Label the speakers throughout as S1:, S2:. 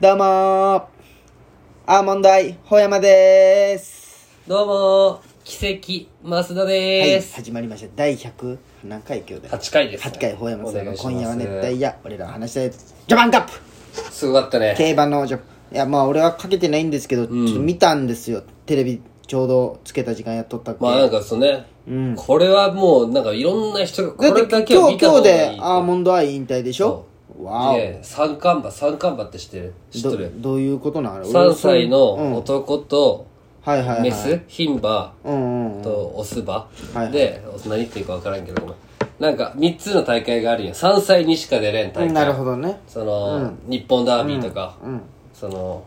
S1: どうもーアーモンドアイ、ほやまでーす。
S2: どうもー、奇跡、増田でー
S1: は
S2: す。
S1: い、始まりました。第100、何回今日で
S2: 8回です、
S1: 8回、ほやまさんの今夜は熱
S2: ね
S1: 帯夜、俺らの話したいジャパンカップ
S2: すごかったね。
S1: 競馬のジャいや、まあ俺はかけてないんですけど、ちょっと見たんですよ。テレビちょうどつけた時間やっとったっけ。
S2: まあなんかそのね、
S1: うん
S2: これはもうなんかいろんな人がこ
S1: だ
S2: れ
S1: っ
S2: だ
S1: て
S2: けは
S1: 今
S2: 見
S1: 日、
S2: た
S1: 今
S2: 方
S1: 日
S2: が
S1: で
S2: いい。
S1: アーモンドアイ引退でしょわお。
S2: で、三冠馬、三冠馬って知ってる知っ
S1: ど
S2: とる
S1: どういうことなの
S2: ?3 歳
S1: うん
S2: の男と、
S1: はいはいはい。
S2: メス、牝馬
S1: うんうんうん。
S2: とオス馬
S1: はい
S2: で、何言っていいか分からんけどごめんなんか3つの大会があるよ。3歳にしか出れん大会。
S1: なるほどね。
S2: その、日本ダービーとか、
S1: うん。
S2: その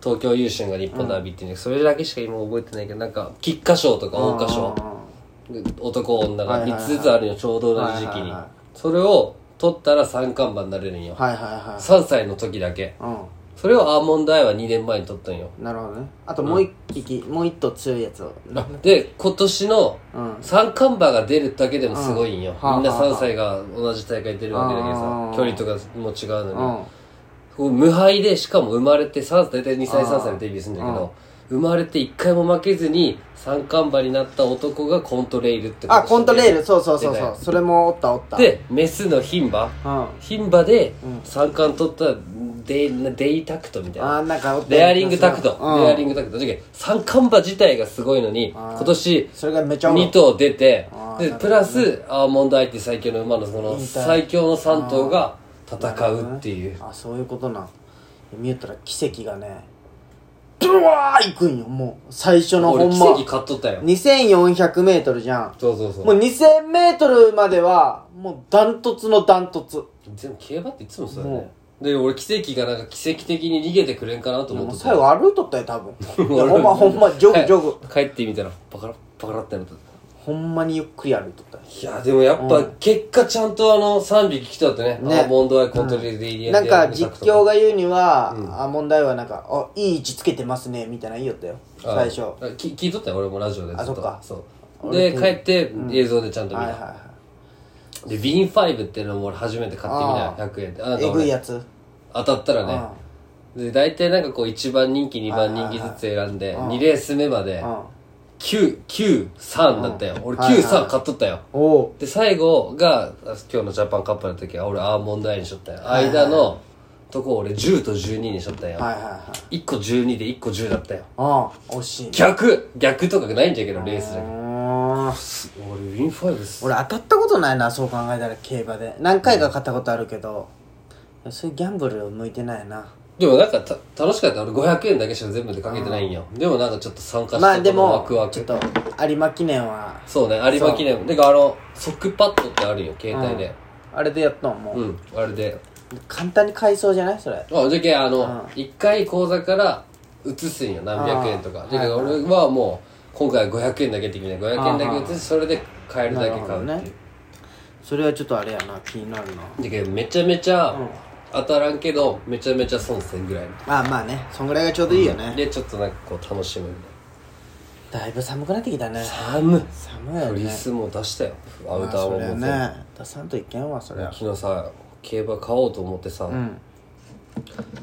S2: 東京優駿が日本ダービーっていうのそれだけしか今覚えてないけどなんか菊花賞とか桜花賞男女
S1: はい
S2: が
S1: はい
S2: 3
S1: はい
S2: つずつあるよちょうど同
S1: は
S2: じ時
S1: い
S2: 期
S1: はい
S2: に
S1: はい
S2: それを取ったら三冠馬になれるんよ
S1: はいはいは
S2: 3歳の時だけ
S1: い。うん。
S2: それをアーモンドアイは2年前に取ったんよ
S1: なるほどねあともう一匹、もう一頭強いやつを
S2: で今年の
S1: うん
S2: 三冠馬が出るだけでもすごいんよ
S1: うん
S2: みんな
S1: はあはあ
S2: 3歳が同じ大会出るわけだけど
S1: うん
S2: さ距離とかも違うの
S1: う
S2: に
S1: ん
S2: こう無敗でしかも生まれて3大体2歳3歳のデビューするんだけど生まれて1回も負けずに三冠馬になった男がコントレイルってこと
S1: あコントレールそうそうそう
S2: 出た
S1: そう
S2: よ
S1: それもおったおった
S2: でメスの牝馬
S1: うんあ
S2: 牝馬で三冠取ったデイデイタクトみたいな
S1: ーなんかおった
S2: レアリングタクト
S1: うん
S2: レアリングタクトだけど三冠馬自体がすごいのに今年
S1: それがめちゃおもろ
S2: 2
S1: い
S2: 頭出て
S1: あーなるほ
S2: で
S1: どね
S2: プラスアーモンドアイっていう最強の馬のその
S1: 引退
S2: 最強の3頭が戦うっていう
S1: あそういうことな見よったら奇跡がねブワー行くんよもう最初のほ
S2: 俺
S1: ん
S2: 奇
S1: ま
S2: 跡買っとったよ
S1: 2400m じゃん
S2: そうそうそう
S1: もう 2000m まではもうダントツのダントツ
S2: 全部競馬っていつもそうだ
S1: も
S2: ねで俺奇跡がなんか奇跡的に逃げてくれんかなと思
S1: も
S2: っ
S1: う
S2: て
S1: 最後歩いとったよ多 分
S2: た
S1: いやほんまほんまジョグジョグ
S2: 帰ってみたらパカラパカラってなった
S1: ほんまにゆっくり歩いとったよ
S2: いやでもやっぱ結果ちゃんとあの3匹来たってね
S1: ね
S2: アーモンドアイコントロールでイリア
S1: なんか実況が
S2: が
S1: 言うには、あ問題はなんかあいい位置つけてますねみたいな言いよったよ最初は
S2: き聞いとったよ俺もラジオでず
S1: あそ
S2: っ
S1: っ
S2: と
S1: か
S2: そうで帰って映像でちゃん
S1: い
S2: と見
S1: はい
S2: た
S1: は
S2: でビーン5っていうのも俺初めて買ってみ
S1: あ
S2: た
S1: ー
S2: 100円であなん
S1: い
S2: か
S1: えぐい
S2: 俺
S1: やつ
S2: 当たったらね
S1: あ
S2: で大体なんかこう1番人気2番人気ずつ選んで2レース目まで
S1: うん
S2: 993だったよ、俺
S1: はいはい
S2: 93買っとったよ、
S1: おお
S2: で最後があ今日のジャパンカップの時は俺アーモンドアイにしとったよ、
S1: いはい
S2: 間のとこ俺10と12にしとったよ、
S1: はいはいはい
S2: 1個12で1個10だったよ
S1: あ惜しいう
S2: 逆逆とかないんじゃけどレースじ
S1: ー
S2: ゃ
S1: ん
S2: 俺ウィンファイブス
S1: 俺当たったことないなそう考えたら競馬で何回か勝ったことあるけど、そういうギャンブル向いてないな
S2: でもなんかた楽しかった俺500円だけしか全部でかけてないんよでもなんかちょっと参加して
S1: まあでも
S2: ワクワ
S1: ちょ
S2: ク
S1: っと有馬記念は
S2: そうね有馬記念てかあの即パッドってあるんよ携帯で
S1: あれでやったんもう、
S2: うん、あれで
S1: 簡単に買いそうじゃないそれ
S2: あじゃけあの、一回口座から移すんよ何百円とか
S1: あー
S2: だけど
S1: はいは
S2: 俺はもう今回は500円だけって決めて500円だ
S1: あ
S2: け
S1: ー
S2: 移してそれで買えるだけ買うって
S1: なる
S2: い
S1: ほどね
S2: う
S1: それはちょっとあれやな気になるな
S2: だけどめちゃめちゃ当たらんけどめちゃめちゃ損せんぐらい
S1: まあまあねそんぐらいがちょうどいいよね、
S2: でちょっとなんかこう楽しむみ
S1: だいぶ寒くなってきたね
S2: たいな寒
S1: 寒いよ
S2: フリー
S1: ね
S2: スも出したよア
S1: ま
S2: ウ
S1: あ
S2: ター
S1: そ
S2: も
S1: れ
S2: も
S1: は
S2: う
S1: ね出さんといけんわそれは
S2: 昨日さ競馬買おうと思ってさ、
S1: うん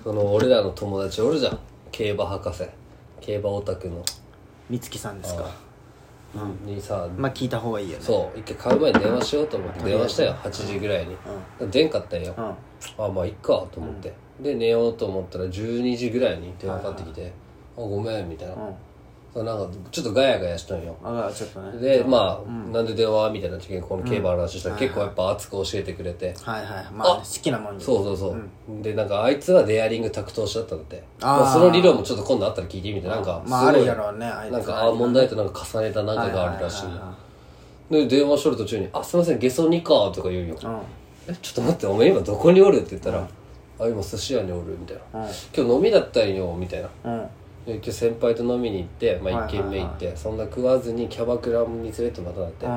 S2: その俺らの友達おるじゃん競馬博士競馬オタクの
S1: 美月さんですか
S2: にさ
S1: まあ聞いた方がいいよね
S2: そう一回買う前に電話しようと思って電話したよ8時ぐらいに、でんかったんよ、
S1: うん
S2: あまあいっかと思って、で寝ようと思ったら12時ぐらいに電話かかってきて「あごめん」みたいな、そうなんかちょっとガヤガヤしたんよ
S1: ああちょっとね
S2: でまあ、なんで電話みたいな時にこの競馬の話したら、結構やっぱ熱く教えてくれて、
S1: はいはいまあね好きなもんに
S2: そうそうそう、でなんかあいつはデアリング卓投手だったんだって
S1: あー
S2: まあその理論もちょっと今度あったら聞いてみてなんかすごい、
S1: まああるやろうねあいつ
S2: なんかアーモンドアイとなんか重ねたなんかがあるらしい,、
S1: はいはいはいは
S2: で電話しとる途中に「あすいませんゲソニか」とか言うよ、
S1: うん
S2: えちょっと待ってお前今どこにおる?」って言ったら「あ今寿司屋におる」みたいな、今日飲みだったんよ」みたいな
S1: うん
S2: で今日先輩と飲みに行って、まあ、1軒目行って、そんな食わずにキャバクラに連れてまたなって、
S1: う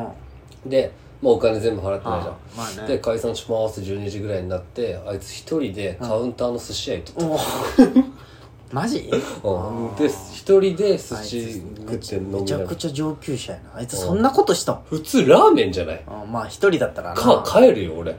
S1: ん
S2: でもうお金全部払ってないじゃん、
S1: まあね
S2: で解散します12時ぐらいになってあいつ一人でカウンターの寿司屋行っとった、
S1: おマジ
S2: うんで一人で寿
S1: あいつ
S2: 司食って飲み
S1: めち
S2: な
S1: ゃ
S2: がら
S1: くちゃ上級者やなあいつそんなことしたん
S2: 普通ラーメンじゃない
S1: うんまあ一人だったらな
S2: か帰るよ俺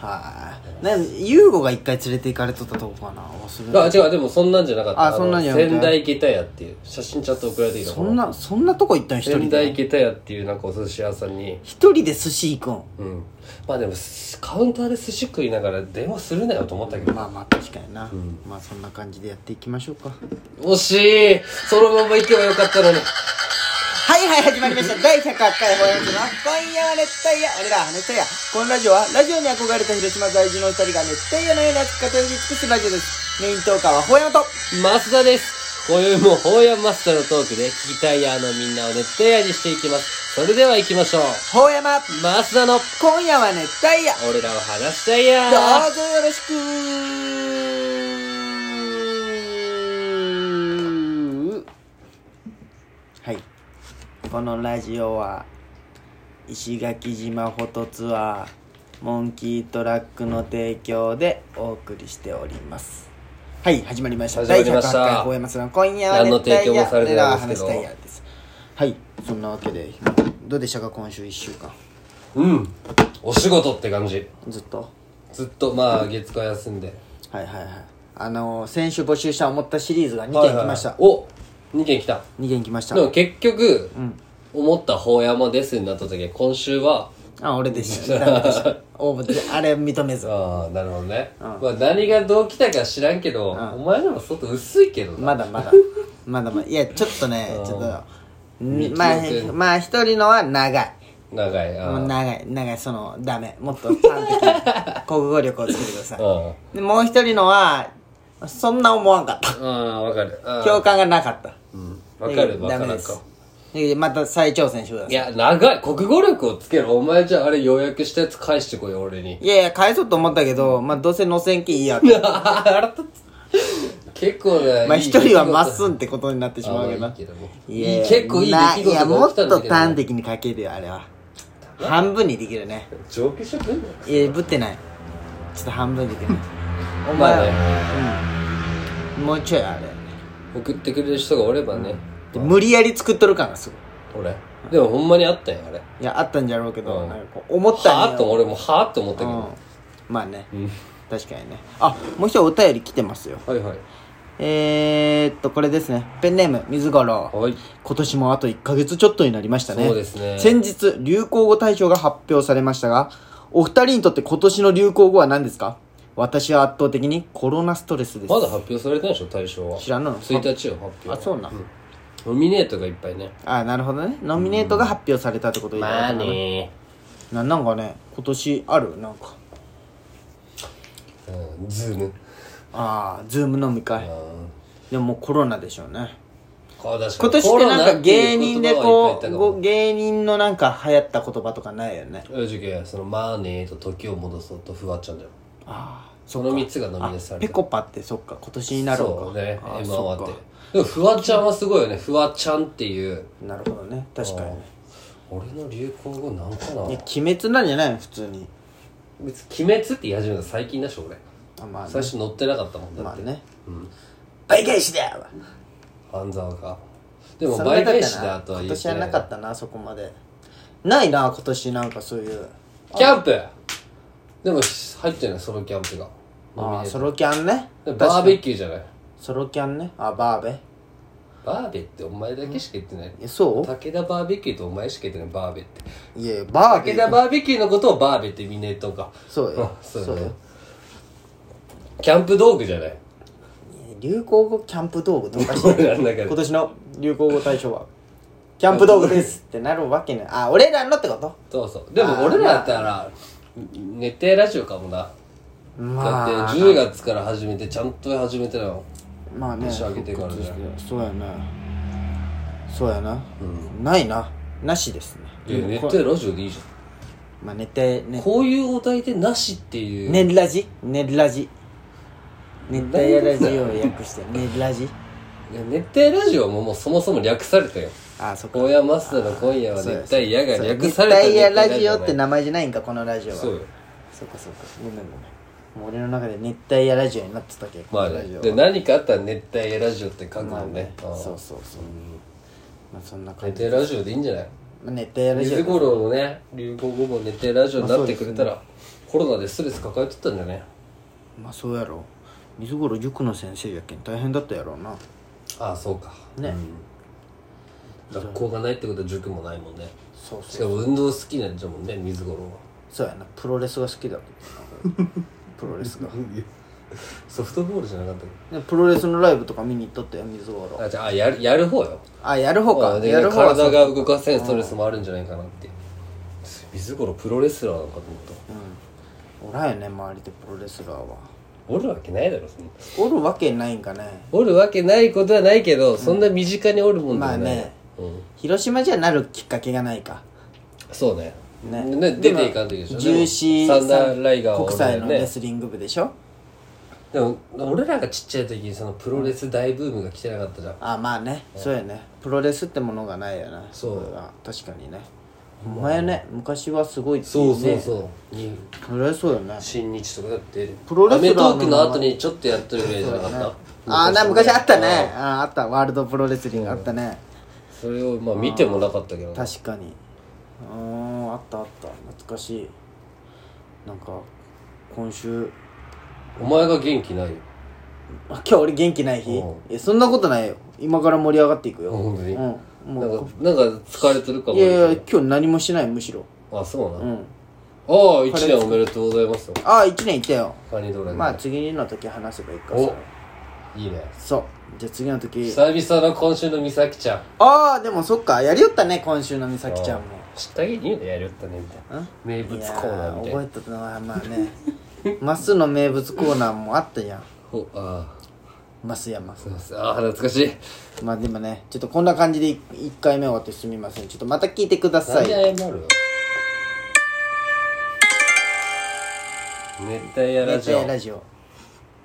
S1: はい、なんかユーゴが一回連れて行かれとったとこかな忘れ
S2: あ違うでもそんなんじゃなかった
S1: あそんなんじゃなかった
S2: 仙台下駄屋っていう写真ちゃんと送られてきた
S1: そんなそんなとこ行ったん一人
S2: 仙
S1: で
S2: 台下駄屋っていうなんかお寿司屋さんに
S1: 一人で寿司行
S2: うんまあでもすカウンターで寿司食いながら電話するなよと思ったけ
S1: く
S2: ど
S1: んまあまあ確かにな、まあそんな感じでやっていきましょうか
S2: 惜しいそのまま行けばよかったのに
S1: はいはい、始まりました。第108回放映の今夜は熱帯夜、俺らは熱帯夜。このラジオは、ラジオに憧れた広島在住の二人が熱帯夜のような活動に尽くすラジオです。メイントーカーは、ほやまと。
S2: 増田です今宵もホーヤマスターのトークで聞きたいやのみんなを熱帯夜にしていきますそれでは行きましょう
S1: ほやま、
S2: 増田の
S1: 今夜は熱帯夜。
S2: 俺らを話したいや
S1: どうぞよろしくはい。このラジオは、石垣島フォトツアー、モンキートラックの提供でお送りしております。はい、始まりました。
S2: 始まりました
S1: 第108回大山さん、今夜は
S2: 何の提供もされて
S1: 俺
S2: な
S1: ら
S2: い
S1: は話
S2: ですけど
S1: したいやです。はい、そんなわけで、どうでしたか、今週1週間。
S2: うんお仕事って感じ
S1: ずっと。
S2: ずっとまあ月火休んで
S1: はいはいはいあのー先週募集した思ったシリーズが2
S2: はい
S1: 件
S2: はい
S1: 来ました、
S2: お2件来た
S1: 2件来ました
S2: でも結局、
S1: ん
S2: 思った法山ですになった時は今週は
S1: あ俺で したダメでした応募であれ認めず
S2: ああなるほどね、まあ、何がどう来たか知らんけど、お前のも外薄いけどな、
S1: まだまだまだまだいやちょっとねちょっとん
S2: 見
S1: まあ
S2: 切れて
S1: まあ一人のは長い
S2: 長いあ
S1: も
S2: あ
S1: う長い長いそのダメもっとちゃんと聞い国語力をつけてください
S2: あ
S1: でもう一人のはそんな思わんかった
S2: あああわかるああ
S1: 共感がなかった
S2: うんわかるわ
S1: ダメで
S2: かるわ
S1: す
S2: かる
S1: でまた再挑戦してください
S2: いや長い国語力をつけろお前じゃああれ予約したやつ返してこいよ俺に
S1: いやいや返そうと思ったけどまあどうせ乗せんきいいやって
S2: 腹立つ結構ね
S1: まあ
S2: いい
S1: 一人はまっすんってことになってし
S2: あ
S1: まう
S2: まあ
S1: け
S2: い
S1: ど
S2: い
S1: な。
S2: けども
S1: いや
S2: いい結構いい出来事
S1: な
S2: が
S1: や、もっ
S2: 起きたんだ
S1: と
S2: けど
S1: 端的に書けるよ、あれは。半分にできるね。
S2: 上級者来んの
S1: いや、ぶってない。ちょっと半分にで きる。お
S2: まあ
S1: 前、
S2: ね
S1: うん。もうちょいあれ。
S2: 送ってくれる人がおればね、
S1: で無理やり作っとる感がすごい。
S2: 俺でもほんまにあったんやあれ
S1: いや、あったんじゃろうけど、
S2: うん
S1: なんかこう思ったん
S2: は
S1: や
S2: あと俺もはあと思ったけ
S1: う
S2: ど、
S1: ん。まあね。確かにね。あ、もう一人お便り来てますよ。
S2: はいはい
S1: えーっと、これですね。ペンネーム、水五郎。
S2: はい
S1: 今年もあと1ヶ月ちょっとになりましたね
S2: そうですね
S1: 先日流行語大賞が発表されましたがお二人にとって今年の流行語は何ですか私は圧倒的にコロナストレスです、
S2: まだ発表されてないでしょ大賞は
S1: 知らんの
S2: 1日よ発表
S1: あそうなん、
S2: ノミネートがいっぱいね
S1: あなるほどねノミネートが発表されたってことでいいのかな
S2: まあね
S1: ななんかね今年あるなんか
S2: うんズーム
S1: ああズーム飲み会でももうコロナでしょうね
S2: こう確か
S1: 今
S2: に
S1: 年って
S2: コロ
S1: なん
S2: ナ
S1: か
S2: ってい
S1: 芸
S2: う
S1: 人
S2: 言
S1: で
S2: 葉
S1: こ
S2: はいっぱい言った
S1: う
S2: かも
S1: ご芸人のなんか流行った言葉とかないよね
S2: うんじゃあそのマーネーと時を戻そうとフワちゃんだよ
S1: ああ
S2: その3つがノミネートされ
S1: ペ
S2: て
S1: コパってそっか今年になるのか
S2: そうね
S1: ああ
S2: M1 終
S1: そっ
S2: わ
S1: か
S2: ってでもフワちゃんはすごいよねフワちゃんっていう
S1: なるほどね確かにね
S2: 俺の流行語なんか
S1: いや
S2: な
S1: 鬼滅なんじゃないの普通に
S2: 別に鬼滅って言い始めたの最近だし俺
S1: あまあね
S2: 最初乗ってなかったもんだ
S1: ま
S2: っ
S1: あ
S2: て、
S1: ね
S2: うん
S1: 倍返しだよ
S2: 半沢かでも倍返しだとは
S1: 今
S2: 言っ
S1: 年
S2: て
S1: はなかったなそこまでないな今年なんかそういう
S2: キャンプでも入ってないソロキャンプが
S1: ああソロキャンね
S2: でバーベキューじゃない
S1: ソロキャンねあバーベ
S2: バーベってお前だけしか言ってない、
S1: えそう
S2: 武田バーベキューとお前しか言ってないバーベって
S1: いやバーベ
S2: 武田バーベキューのことをバーベってみんな言っとんか
S1: そうよ
S2: あ
S1: そ
S2: そうう
S1: よ
S2: よねキャンプ道具じゃない
S1: いや流行語キャンプ道具とか して
S2: 俺らの中で
S1: 今年の流行語大賞はキャンプ道具ですってなるわけねあ俺らのってこと
S2: そうそうでも俺らだったら熱帯ラジオかもなだ
S1: ま
S2: って
S1: あ
S2: 10月から始めてちゃんと始めてなの
S1: まあね
S2: 年明けてからじゃん
S1: そうやなそうやな、ないななしですね
S2: いや熱帯ラジオでいいじゃ
S1: まあ寝て
S2: ん
S1: ね
S2: こういうお題でなしっていう
S1: 寝るラジ寝るラジ熱帯夜ラジを略 して寝るラジ
S2: いや熱帯ラジオももうそもそも略されたよ
S1: あそこ
S2: 高野マスターの今夜は熱帯夜が略
S1: 熱
S2: された
S1: 帯夜ラ
S2: 熱帯
S1: ジオって
S2: な
S1: 名前じゃないんかこのラジオは
S2: そうよ
S1: そっかそっかごめんごめんもう俺の中で熱帯夜ラジオになってたけど
S2: まあ
S1: このラ
S2: ね
S1: ジオは
S2: で何かあったら熱帯夜ラジオって書く
S1: まあ
S2: もん
S1: ね
S2: ねああ
S1: そうそうそうまあそんな感じ
S2: 熱帯ラジオでいいんじゃない
S1: まあ熱帯夜ラジ
S2: 水
S1: オ
S2: 五郎のね流行語も熱帯ラジオになってくれたらコロナでストレス抱えとったんだね
S1: まあそうやろ水五郎塾の先生やけん大変だったやろうな
S2: ああそうか
S1: ね
S2: うん学校がないってことは塾もないもんね
S1: そう
S2: しかも運動好きなんじゃもんね水五郎は
S1: そうやなプロレスが好きだった なプロレスが
S2: ソフトボールじゃなかったっ
S1: でプロレスのライブとか見に行っとったよ水五
S2: け
S1: 郎
S2: あじゃああやるやる方よ
S1: あやる方か
S2: で
S1: やる方はそう
S2: 体が動かせんストレスもあるんじゃないかなって水五郎プロレスラーなのかと思った
S1: うんおらんよね周りでプロレスラーは
S2: おるわけないだろそんな
S1: おるわけないんかね
S2: おるわけないことはないけど、そんな身近におるもんじ
S1: まあ
S2: ゃない、
S1: ね
S2: うん、
S1: 広島じゃなるきっかけがないか
S2: そうね
S1: ね
S2: 出ていかんといけないでしょ
S1: ジューシー
S2: でもサンダーライガー
S1: 国
S2: はおるよ
S1: 際のレスリング部でしょ
S2: でも俺らがちっちゃい時にそのプロレス大ブームが来てなかったじゃん
S1: あまあねそうやねプロレスってものがないよね
S2: そう
S1: れは確かにねお前ね昔はすごいってい
S2: そう
S1: ね
S2: そうそう、に
S1: それそうよね
S2: 新日とかだって
S1: プロレスラーの
S2: アメトークの後にちょっとやってるぐらいじゃなかった、
S1: ああな昔あったねああったワールドプロレスリングあったね
S2: それをまあ見てもなかったけど
S1: 確かにうーんあったあった懐かしいなんか今週
S2: お前が元気ないよ
S1: あ今日俺元気ない日
S2: う
S1: いやそんなことないよ今から盛り上がっていくよ
S2: 本当に
S1: うん
S2: な
S1: も
S2: んかなんか疲れてるか
S1: う
S2: も
S1: いやいや今日何もしないむしろ
S2: あそうな、
S1: う
S2: あ
S1: ん
S2: あ一年おめでとうございますよ
S1: ああ1年いたよ
S2: カニドラに
S1: まあ次の時話せばいいか
S2: お
S1: それ
S2: いいね
S1: そうじゃあ次の時
S2: 久々の今週の美咲ちゃん
S1: ああでもそっかやりよったね今週の美咲ちゃんも
S2: 知ったげに言うのやりよったねみたい
S1: ん
S2: な名物コーナーみたい
S1: や覚
S2: な
S1: えとったのはまあね マスの名物コーナーもあったじゃん
S2: ほあ
S1: マス山
S2: あああ懐かしい
S1: まあでもねちょっとこんな感じで1回目終わってすみませんちょっとまた聞いてくださ
S2: 最
S1: い
S2: 愛なる熱帯夜ラ
S1: 熱
S2: ジオ
S1: 帯ラジオ